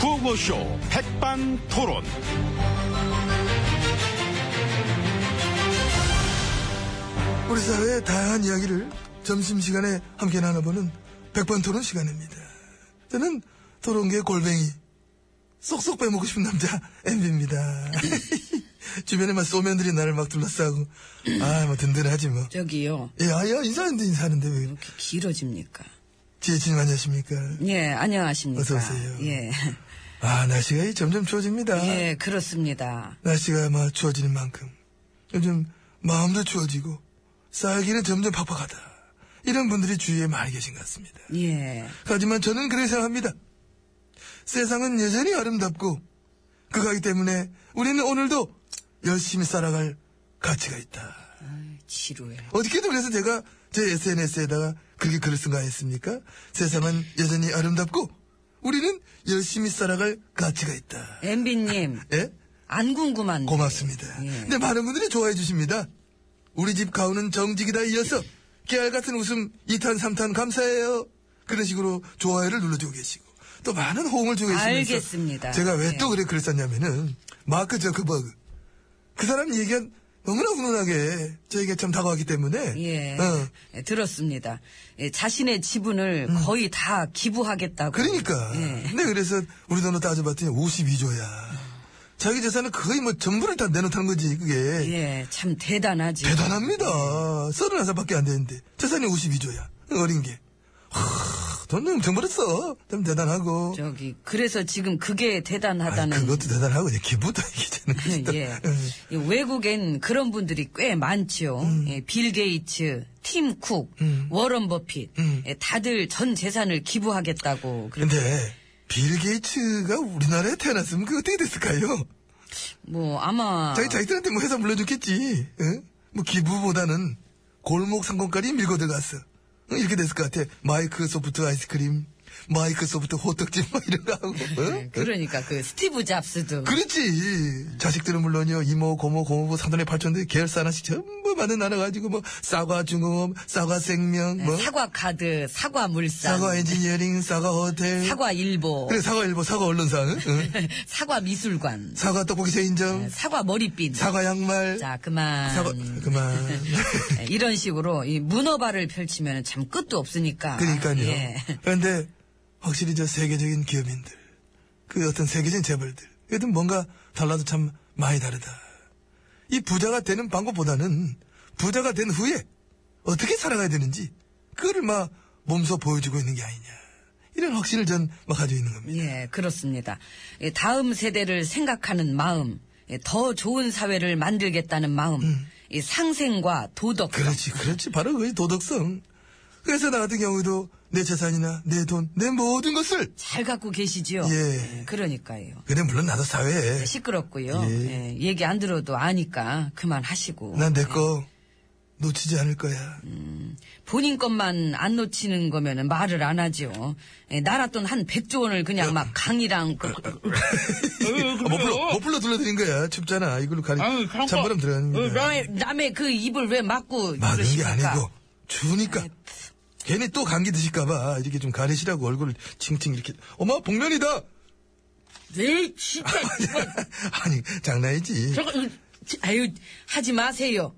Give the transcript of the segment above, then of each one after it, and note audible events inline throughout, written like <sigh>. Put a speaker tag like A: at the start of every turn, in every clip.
A: 라디오쇼 백반토론.
B: 우리 사회의 다양한 이야기를 점심시간에 함께 나눠보는 백반토론 시간입니다. 저는 토론계 골뱅이, 쏙쏙 빼먹고 싶은 남자, MB입니다. <laughs> 주변에 막 소면들이 나를 막 둘러싸고, 아, 뭐 든든하지 뭐.
C: 저기요.
B: 예, 아, 야, 인사하는데 인사하는데 왜,
C: 이렇게 길어집니까?
B: 지혜진님 안녕하십니까?
C: 예, 안녕하십니까.
B: 어서 오세요.
C: 예.
B: 아, 날씨가 이 점점 추워집니다.
C: 예, 그렇습니다.
B: 날씨가 막 추워지는 만큼 요즘 마음도 추워지고 쌀기는 점점 팍팍하다. 이런 분들이 주위에 많이 계신 것 같습니다.
C: 예.
B: 하지만 저는 그렇게 생각합니다. 세상은 여전히 아름답고 그거기 때문에 우리는 오늘도 열심히 살아갈 가치가 있다.
C: 지루해.
B: 어저께도 그래서 제가 제 SNS에다가 그렇게 글을 쓴 거 아니겠습니까? 세상은 여전히 아름답고 우리는 열심히 살아갈 가치가 있다.
C: 엠비님,
B: 예?
C: 안 궁금한데.
B: 고맙습니다.
C: 예.
B: 근데 많은 분들이 좋아해 주십니다. 우리 집 가오는 정직이다 이어서 깨알 같은 웃음 2탄 3탄 감사해요. 그런 식으로 좋아요를 눌러주고 계시고 또 많은 호응을 주고 계시면서
C: 알겠습니다.
B: 제가 왜 또
C: 예.
B: 그래 글을 썼냐면은 마크 저크버그 그 사람 얘기가 너무나 훈훈하게 저에게 참 다가왔기 때문에
C: 예.
B: 어,
C: 예, 들었습니다. 예, 자신의 지분을 거의 다 기부하겠다고.
B: 음. 그러니까
C: 예.
B: 근데 그래서 우리 돈으로 따져봤더니 52조야. 자기 재산은 거의 뭐 전부를 다 내놓다는 거지 그게.
C: 예, 참 대단하지.
B: 대단합니다. 서른 한 살밖에 안 되는데 재산이 52조야. 어린 게. 하, 돈 엄청 벌었어. 참 대단하고.
C: 저기, 그래서 지금 그게
B: 아이,
C: 대단하다는.
B: 그것도 대단하고 이제 기부도 <laughs> 이기자는 것이다.
C: 예.
B: 음.
C: 이 외국엔 그런 분들이 꽤 많지요. 예, 빌 게이츠, 팀 쿡, 워런 버핏.
B: 음.
C: 예, 다들 전 재산을 기부하겠다고. 그래-
B: 근데 빌 게이츠가 우리나라에 태어났으면 그 어떻게 됐을까요?
C: 뭐, 아마.
B: 자기 자기들한테 뭐 회사 물려줬겠지. 응? 뭐 기부보다는 골목 상권까지 밀고 들어갔어. 응, 이렇게 됐을 것 같아. 마이크소프트 아이스크림, 마이크소프트 호떡집 막 이런 거 하고.
C: 예,
B: 응?
C: 그러니까 그 스티브 잡스도.
B: 그, 그렇지. 자식들은 물론요, 이모, 고모, 고모부, 사돈의 팔촌들 계열사 하나씩 전부 만든 나눠가지고, 뭐, 사과 중업, 사과 생명, 뭐,
C: 예, 사과 카드, 사과 물상.
B: 사과 엔지니어링, 사과 호텔.
C: 사과 일보.
B: 그래, 사과 일보, 사과 언론상, 응?
C: <laughs> 사과 미술관.
B: 사과 떡볶이
C: 예,
B: 세인점,
C: 사과 머리핀.
B: 사과 양말,
C: 자, 그만.
B: 사과, 그만.
C: 예, 이런 식으로 이 문어발을 펼치면 참 끝도 없으니까.
B: 그러니까요.
C: 예.
B: 그런데, 확실히 저 세계적인 기업인들, 그 어떤 세계적인 재벌들, 그래도 뭔가 달라도 참 많이 다르다. 이 부자가 되는 방법보다는 부자가 된 후에 어떻게 살아가야 되는지, 그거를 막 몸소 보여주고 있는 게 아니냐. 이런 확신을 전 막 가지고 있는 겁니다.
C: 예, 그렇습니다. 예, 다음 세대를 생각하는 마음, 예, 더 좋은 사회를 만들겠다는 마음, 이 상생과 도덕.
B: 그렇지, 그렇지. 바로 그 도덕성. 그래서 나 같은 경우도 내 재산이나 내 돈, 내 모든 것을.
C: 잘 갖고 계시지요?
B: 예.
C: 그러니까요.
B: 근데 물론 나도 사회에.
C: 네, 시끄럽고요.
B: 예.
C: 예, 얘기 안 들어도 아니까 그만하시고.
B: 난 내 거 놓치지 않을 거야.
C: 본인 것만 안 놓치는 거면은 말을 안 하죠. 예, 나라 돈 한 100조 원을 그냥 막 강이랑 그-
B: 아, 못 불러, 못 불러 들려드린 거야. 춥잖아. 이걸로 가리. 찬바람 들어가는 거야.
C: 남의, 남의 그 입을 왜 막고
B: 막은 게
C: 그러십니까? 네.
B: 아니고 추우니까 괜히 또 감기 드실까봐 이렇게 좀 가리시라고 얼굴을 칭칭 이렇게 엄마 복면이다 <laughs>
C: 네, 진짜 정말
B: 아니 장난이지
C: 저거, 으, 지- 아유, 하지 마세요.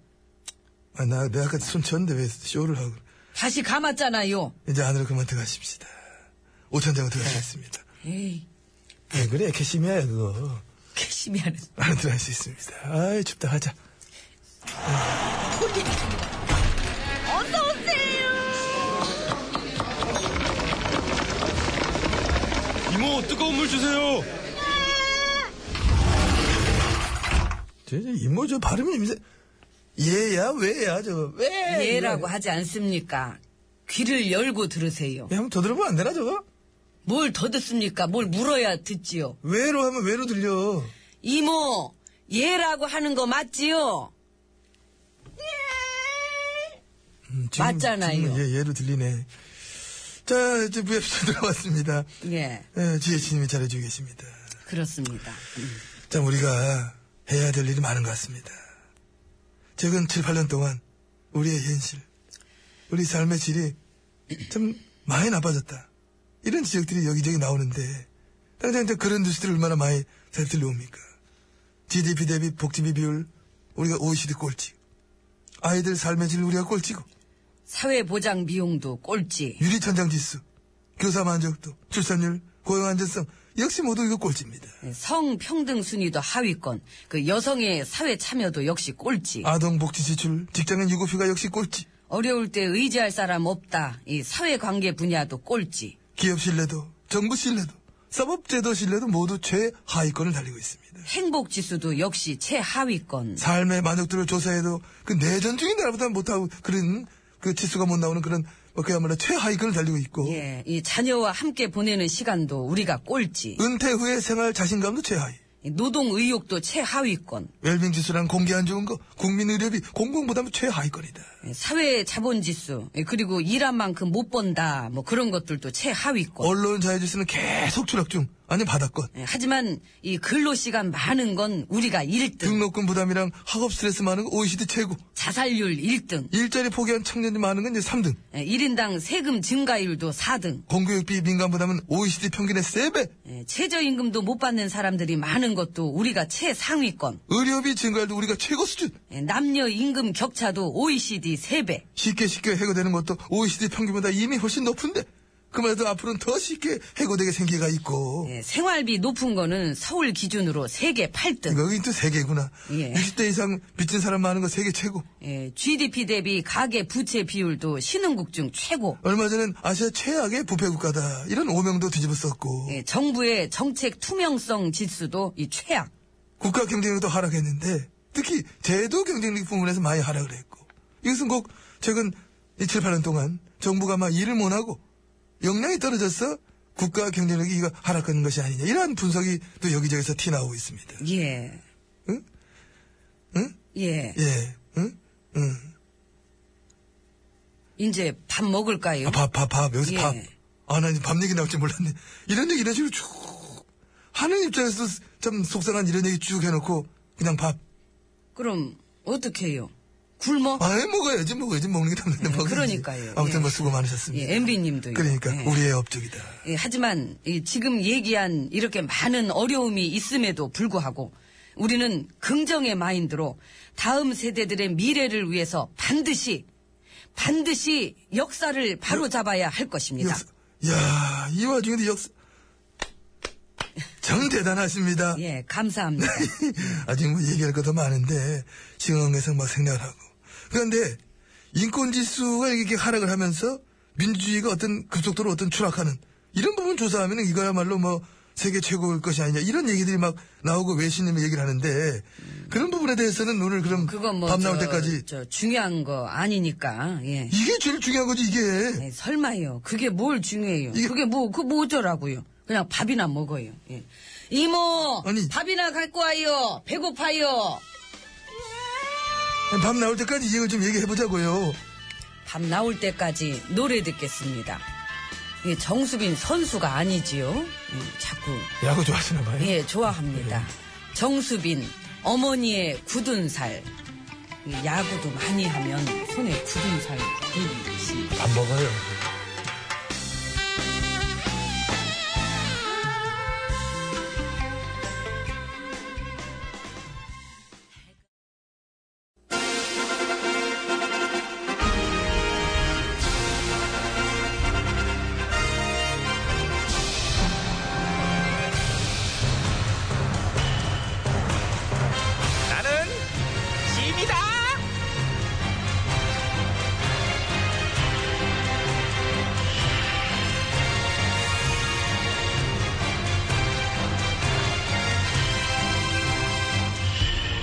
B: 아, 나 내가 아까 손 쳤는데 왜 쇼를 하고 그래.
C: 다시 감았잖아요.
B: 이제 안으로 그만 들어가십시다 오천장으로 들어가시겠습니다
C: 에이, 네.
B: 왜 그래 캐시미아야 그거
C: 캐시미아는.
B: 안으로 들어갈 수 있습니다 아이 춥다 가자
A: 이모, 뜨거운 물 주세요.
B: 저, 저 이모 뭐, 저 발음이 임세 얘야 왜야 저거 왜
C: 예라고 하지 않습니까? 귀를 열고 들으세요.
B: 야, 한번 더 들어보면 안 되나 저거
C: 뭘 더 듣습니까? 뭘 물어야 듣지요.
B: 왜로 하면 왜로 들려
C: 이모, 예라고 하는 거 맞지요?
B: 음, 지금-
C: 맞잖아요.
B: 지금 예, 예로 들리네. 자, 이제 <laughs> VFC 들어왔습니다.
C: 예,
B: 예, 지혜진님이 잘해주고 계십니다.
C: 그렇습니다. 음,
B: 참, 우리가 해야 될 일이 많은 것 같습니다. 최근 7, 8년 동안 우리의 현실, 우리 삶의 질이 참 많이 나빠졌다. 이런 지적들이 여기저기 나오는데, 당장 이제 그런 뉴스들이 얼마나 많이 잘 들려옵니까? GDP 대비 복지비 비율 우리가 OECD 꼴찌. 아이들 삶의 질 우리가 꼴찌고
C: 사회보장 비용도 꼴찌.
B: 유리천장 지수, 교사 만족도, 출산율, 고용 안전성 역시 모두 이거 꼴찌입니다.
C: 예, 성평등 순위도 하위권. 그 여성의 사회 참여도 역시 꼴찌.
B: 아동 복지 지출, 직장인 유급휴가 역시 꼴찌.
C: 어려울 때 의지할 사람 없다. 이 사회관계 분야도 꼴찌.
B: 기업 신뢰도, 정부 신뢰도, 사법제도 신뢰도 모두 최하위권을 달리고 있습니다.
C: 행복지수도 역시 최하위권.
B: 삶의 만족도를 조사해도 그 내전 중인 나라보다 못하고 그런 그 지수가 못 나오는 그런 뭐 그야말로 최하위권을 달리고 있고
C: 예, 이 자녀와 함께 보내는 시간도 우리가 꼴찌.
B: 은퇴 후의 생활 자신감도 최하위.
C: 이 노동 의욕도 최하위권.
B: 웰빙 지수랑 공기 안 좋은 거, 국민 의료비, 공공부담 최하위권이다.
C: 예, 사회 자본 지수. 예, 그리고 일한 만큼 못 번다. 뭐 그런 것들도 최하위권.
B: 언론 자유지수는 계속 추락 중, 아니 바닥권.
C: 예, 하지만 이 근로 시간 많은 건 우리가 1등.
B: 등록금 부담이랑 학업 스트레스 많은 거 OECD 최고.
C: 자살률 1등.
B: 일자리 포기한 청년이 많은 건 이제 3등.
C: 1인당 세금 증가율도 4등. 예,
B: 공교육비 민간 부담은 OECD 평균의 3배.
C: 최저임금도 못 받는 사람들이 많은 것도 우리가 최상위권.
B: 의료비 증가율도 우리가 최고 수준.
C: 예, 남녀 임금 격차도 OECD 3배.
B: 쉽게 쉽게 해고되는 것도 OECD 평균보다 이미 훨씬 높은데 그만해도 앞으로는 더 쉽게 해고되게 생기가 있고
C: 예, 생활비 높은 거는 서울 기준으로 세계 8등.
B: 여기 또 세계구나
C: 예.
B: 60대 이상 빚진 사람 많은 거 세계 최고
C: 예, GDP 대비 가계 부채 비율도 신흥국 중 최고.
B: 얼마 전엔 아시아 최악의 부패국가다 이런 오명도 뒤집어 썼고
C: 예, 정부의 정책 투명성 지수도 이 최악.
B: 국가 경쟁력도 하락했는데 특히 제도 경쟁력 부분에서 많이 하락을 했고 이것은 꼭 최근 2, 7, 8년 동안 정부가 막 일을 못하고 역량이 떨어져서 국가 경쟁력이 이거 하락하는 것이 아니냐 이러한 분석이 또 여기저기서 티나오고 있습니다
C: 예.
B: 응? 응?
C: 예.
B: 예, 응? 응.
C: 이제 밥 먹을까요?
B: 아, 밥, 밥, 밥. 여기서
C: 예.
B: 밥. 아, 나 이제 밥 얘기 나올 줄 몰랐네. 이런 얘기 이런 식으로 쭉. 하는 입장에서 참 속상한 이런 얘기 쭉 해놓고, 그냥 밥.
C: 그럼 어떻게 해요? 굶어?
B: 아예 먹어야지, 먹어야지. 먹는 게 담는데
C: 예,
B: 먹어야지.
C: 그러니까요.
B: 아무튼
C: 예.
B: 뭐 수고 많으셨습니다.
C: 예, MB 님도요.
B: 그러니까,
C: 예.
B: 우리의 업적이다.
C: 예, 하지만 이 지금 얘기한 이렇게 많은 어려움이 있음에도 불구하고 우리는 긍정의 마인드로 다음 세대들의 미래를 위해서 반드시 반드시 역사를 바로잡아야 할 것입니다.
B: 역사. 이야, 이 와중에도 역사. 정 대단하십니다.
C: 예,
B: <laughs>
C: 감사합니다.
B: 네. 아직 뭐 얘기할 것도 많은데 시흥에서 막 생략을 하고 그런데 인권지수가 이렇게 하락을 하면서 민주주의가 어떤 급속도로 어떤 추락하는 이런 부분 조사하면 이거야말로 뭐 세계 최고일 것이 아니냐 이런 얘기들이 막 나오고 외신님이 얘기를 하는데 그런 부분에 대해서는 오늘 그럼
C: 음. 그건 뭐
B: 밤 나올
C: 저-
B: 때까지
C: 저 중요한 거 아니니까. 예.
B: 이게 제일 중요한 거지 이게
C: 예, 설마요. 그게 뭘 중요해요.
B: 이게-
C: 그게 뭐, 그 뭐 어쩌라고요. 그냥 밥이나 먹어요. 예. 이모!
B: 아니-
C: 밥이나 갖고 와요. 배고파요.
B: 밤 나올 때까지 이 얘기를 좀 얘기해 보자고요
C: 밥 나올 때까지 노래 듣겠습니다. 예, 정수빈 선수가 아니지요. 예, 자꾸
B: 야구 좋아하시나 봐요
C: 예 좋아합니다. 정수빈 어머니의 굳은 살. 예, 야구도 많이 하면 손에 굳은 살 보이듯이.
B: 밥 먹어요
A: 나는 짐이다.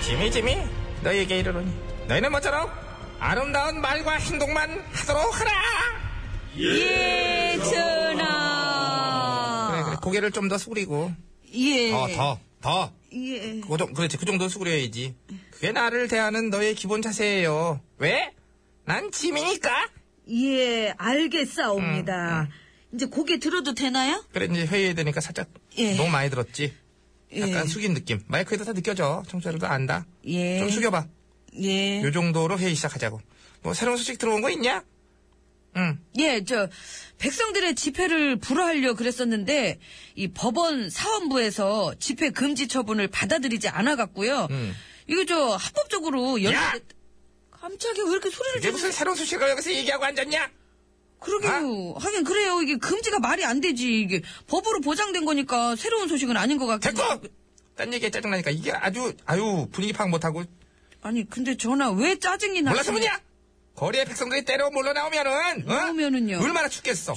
D: 지미 지미 너희에게 이르노니 너희는 모처럼 아름다운 말과 행동만 하도록 하라
C: 예
D: 네, 그래, 그래.
C: 전하.
D: 고개를 좀 더 숙이고
C: 예.
B: 아,
D: 더더
C: 예.
D: 그 정- 그렇지 그 정도 수그려야지 그게 나를 대하는 너의 기본 자세예요 왜? 난 짐이니까
C: 예, 알겠사옵니다. 이제 고개 들어도 되나요?
D: 그래 이제 회의해야 되니까 살짝
C: 예.
D: 너무 많이 들었지 약간
C: 예.
D: 숙인 느낌 마이크에도 다 느껴져 청취자들도 안다
C: 예.
D: 좀 숙여봐
C: 예.
D: 요 정도로 회의 시작하자고 뭐 새로운 소식 들어온 거 있냐?
B: 응.
C: 예, 저 백성들의 집회를 불허하려 그랬었는데 이 법원 사원부에서 집회 금지 처분을 받아들이지 않아 갖고요. 이거 저 합법적으로 연
B: 음. 야!
C: 깜짝이야 왜 이렇게 소리를
B: 이게 뭐-
C: 지르세요?
B: 무슨 새로운 수식을 여기서 얘기하고 앉았냐?
C: 그러게요.
B: 아!
C: 하긴 그래요. 이게 금지가 말이 안 되지. 이게 법으로 보장된 거니까 새로운 소식은 아닌 것 같긴.
B: 됐고! 딴 얘기에 짜증나니까 이게 아주, 아유, 분위기 파악 못하고.
C: 아니 근데 전화 왜 짜증이 나?
B: 몰라서 뭐냐? 거리에 백성들이 때려 몰러나오면은, 어?
C: 나오면은요?
B: 얼마나 춥겠어.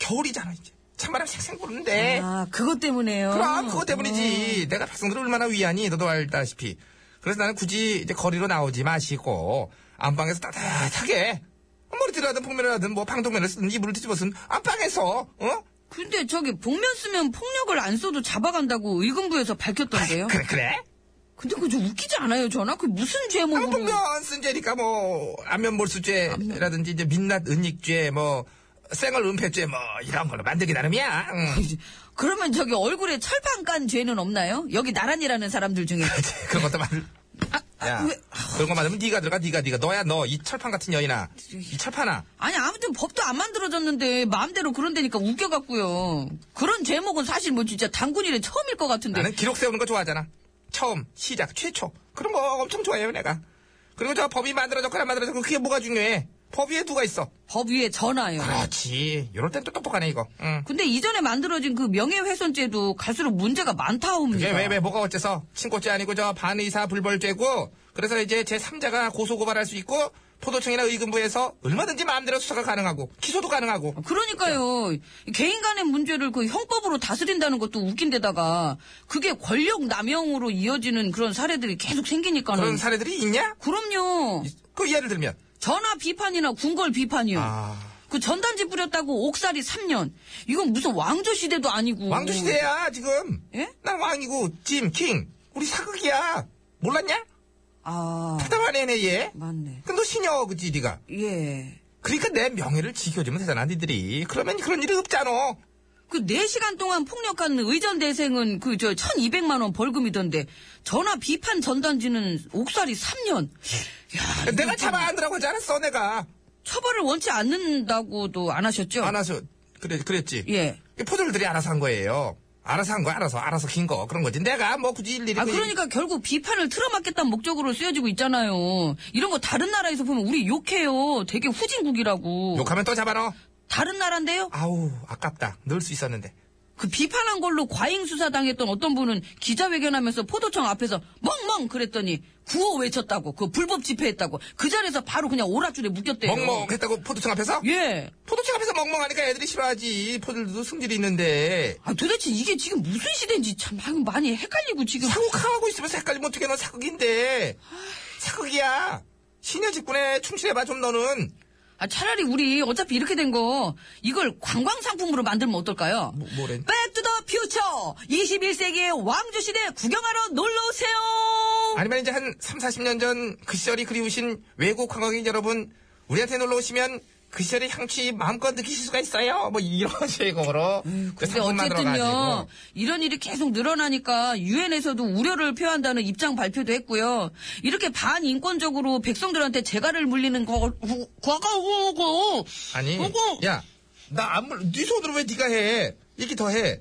B: 겨울이잖아, 이제. 찬바람 쌩쌩 부는데.
C: 아 그것 때문에요.
B: 예. 그럼 그거 때문이지. 내가 백성들을 얼마나 위하니 너도 알다시피. 그래서 나는 굳이 이제 거리로 나오지 마시고 안방에서 따뜻하게 머리띠를 하든 복면을 하든 뭐 방독면을 쓰든 이불을 뒤집어쓴 안방에서 어?
C: 근데 저기 복면 쓰면 폭력을 안 써도 잡아간다고 의금부에서 밝혔던데요.
B: 그래 그래?
C: 근데 그거 좀 웃기지 않아요, 전화? 그 무슨
B: 아, 뭐
C: 죄목으로?
B: 복면 쓴죄니까 뭐 안면몰수죄라든지 이제 민낯 은닉죄 뭐 쌩얼 은폐죄 뭐 이런 걸로 만들기 나름이야. 응. <laughs>
C: 그러면 저기 얼굴에 철판 깐 죄는 없나요? 여기 나란이라는 사람들 중에.
B: 그런 것도 만들. 야,
C: 왜?
B: 그런 거 만들면 네가 들어가 네가 네가 너야 너 이 철판 같은 여인아 이 철판아
C: 아니 아무튼 법도 안 만들어졌는데 마음대로 그런 데니까 웃겨갖고요. 그런 제목은 사실 뭐 진짜 단군 이래 처음일 것 같은데.
B: 나는 기록 세우는 거 좋아하잖아. 처음, 시작, 최초. 그런 거 엄청 좋아해요, 내가. 그리고 저 법이 만들어졌거나 만들어졌고 그게 뭐가 중요해. 법 위에 누가 있어.
C: 법 위에 전화요.
B: 그렇지. 요럴 땐 또 똑똑하네, 이거. 응.
C: 근데 이전에 만들어진 그 명예훼손죄도 갈수록 문제가 많다옵니다.
B: 이게 왜, 왜, 뭐가 어째서? 친고죄 아니고 저 반의사 불벌죄고, 그래서 이제 제 3자가 고소고발할 수 있고, 포도청이나 의금부에서 얼마든지 마음대로 수사가 가능하고, 기소도 가능하고.
C: 어, 그러니까요. 개인 간의 문제를 그 형법으로 다스린다는 것도 웃긴 데다가 그게 권력 남용으로 이어지는 그런 사례들이 계속 생기니까는.
B: 그런 사례들이 있냐?
C: 그럼요.
B: 그 예를 들면.
C: 전화 비판이나 군걸 비판이요.
B: 아.
C: 그 전단지 뿌렸다고 옥살이 3년. 이건 무슨 왕조 시대도 아니고.
B: 왕조 시대야, 지금.
C: 음. 예?
B: 난 왕이고, 짐, 킹. 우리 사극이야. 몰랐냐?
C: 아,
B: 대단하네, 얘.
C: 맞네.
B: 그럼 너 신여, 그지, 니가.
C: 예.
B: 그러니까 내 명예를 지켜주면 되잖아, 니들이. 그러면 그런 일이 없잖아.
C: 그 4시간 동안 폭력한 의전 대생은 그 저 1200만원 벌금이던데 전화 비판 전단지는 옥살이 3년.
B: 네.
C: 야,
B: 내가 잡아 안으라고 하지 않았어, 내가.
C: 처벌을 원치 않는다고도 안 하셨죠?
B: 알아서, 그래, 그랬지.
C: 예.
B: 이 포졸들이 알아서 한 거예요. 알아서 한 거, 알아서, 알아서 긴 거. 그런 거지. 내가 뭐 굳이 일일이.
C: 아,
B: 그-
C: 그러니까 결국 비판을 틀어막겠다는 목적으로 쓰여지고 있잖아요. 이런 거 다른 나라에서 보면 우리 욕해요. 되게 후진국이라고.
B: 욕하면 또 잡아넣어.
C: 다른 나라인데요?
B: 아우, 아깝다. 넣을 수 있었는데.
C: 그 비판한 걸로 과잉 수사당했던 어떤 분은 기자회견하면서 포도청 앞에서 멍멍 그랬더니 구호 외쳤다고 그 불법 집회했다고 그 자리에서 바로 그냥 오라줄에 묶였대요.
B: 멍멍 했다고 포도청 앞에서?
C: 네. 예.
B: 포도청 앞에서 멍멍하니까 애들이 싫어하지. 포졸들도 승질이 있는데.
C: 아 도대체 이게 지금 무슨 시대인지 참 아유, 많이 헷갈리고 지금.
B: 사극하고 있으면서 헷갈리면 어떻게 넌 사극인데. 사극이야. 신여 직군에 충실해봐, 좀 너는.
C: 아 차라리 우리 어차피 이렇게 된 거 이걸 관광 상품으로 만들면 어떨까요?
B: 뭐- 뭐래?
C: 백투더 퓨처 21세기의 왕조 시대 구경하러 놀러 오세요.
B: 아니면 이제 한 3, 40년 전 그 시절이 그리우신 외국 관광객 여러분, 우리한테 놀러 오시면 그 시절의 향취 마음껏 느끼실 수가 있어요. 뭐 이런 <laughs> 제공으로.
C: 음,
B: 그
C: 근데 어쨌든요 이런 일이 계속 늘어나니까 유엔에서도 우려를 표한다는 입장 발표도 했고요 이렇게 반인권적으로 백성들한테 재갈을 물리는 거 과거고
B: 아니, 야, 나 안 물, 네 손으로 왜 네가 해? 얘기 더 해.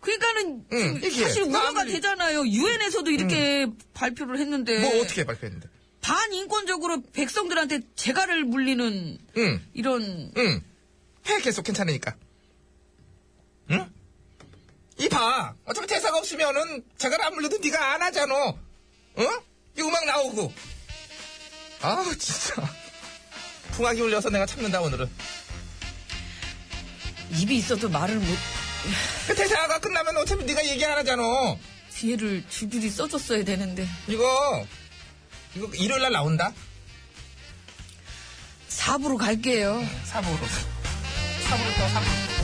C: 그러니까는
B: 응,
C: 지금
B: 얘기해.
C: 사실
B: 나
C: 우려가
B: 아무리-
C: 되잖아요 유엔에서도 이렇게 발표를 했는데
B: 뭐 어떻게 발표했는데?
C: 반인권적으로 백성들한테 재갈을 물리는
B: 응,
C: 이런
B: 응. 해, 계속 괜찮으니까. 응? 이봐. 어차피 대사가 없으면은 제가 안 물려도 네가 안 하잖아. 응? 이 음악 나오고. 아, 진짜. 풍악이 울려서 내가 참는다, 오늘은.
C: 입이 있어도 말을 못
B: 그 대사가 끝나면 어차피 네가 얘기 안 하잖아.
C: 뒤에를 줄줄이 써줬어야 되는데
B: 이거, 이거 일요일 날 나온다?
C: 사부로 갈게요.
B: 사부로. 사부로 또 사부.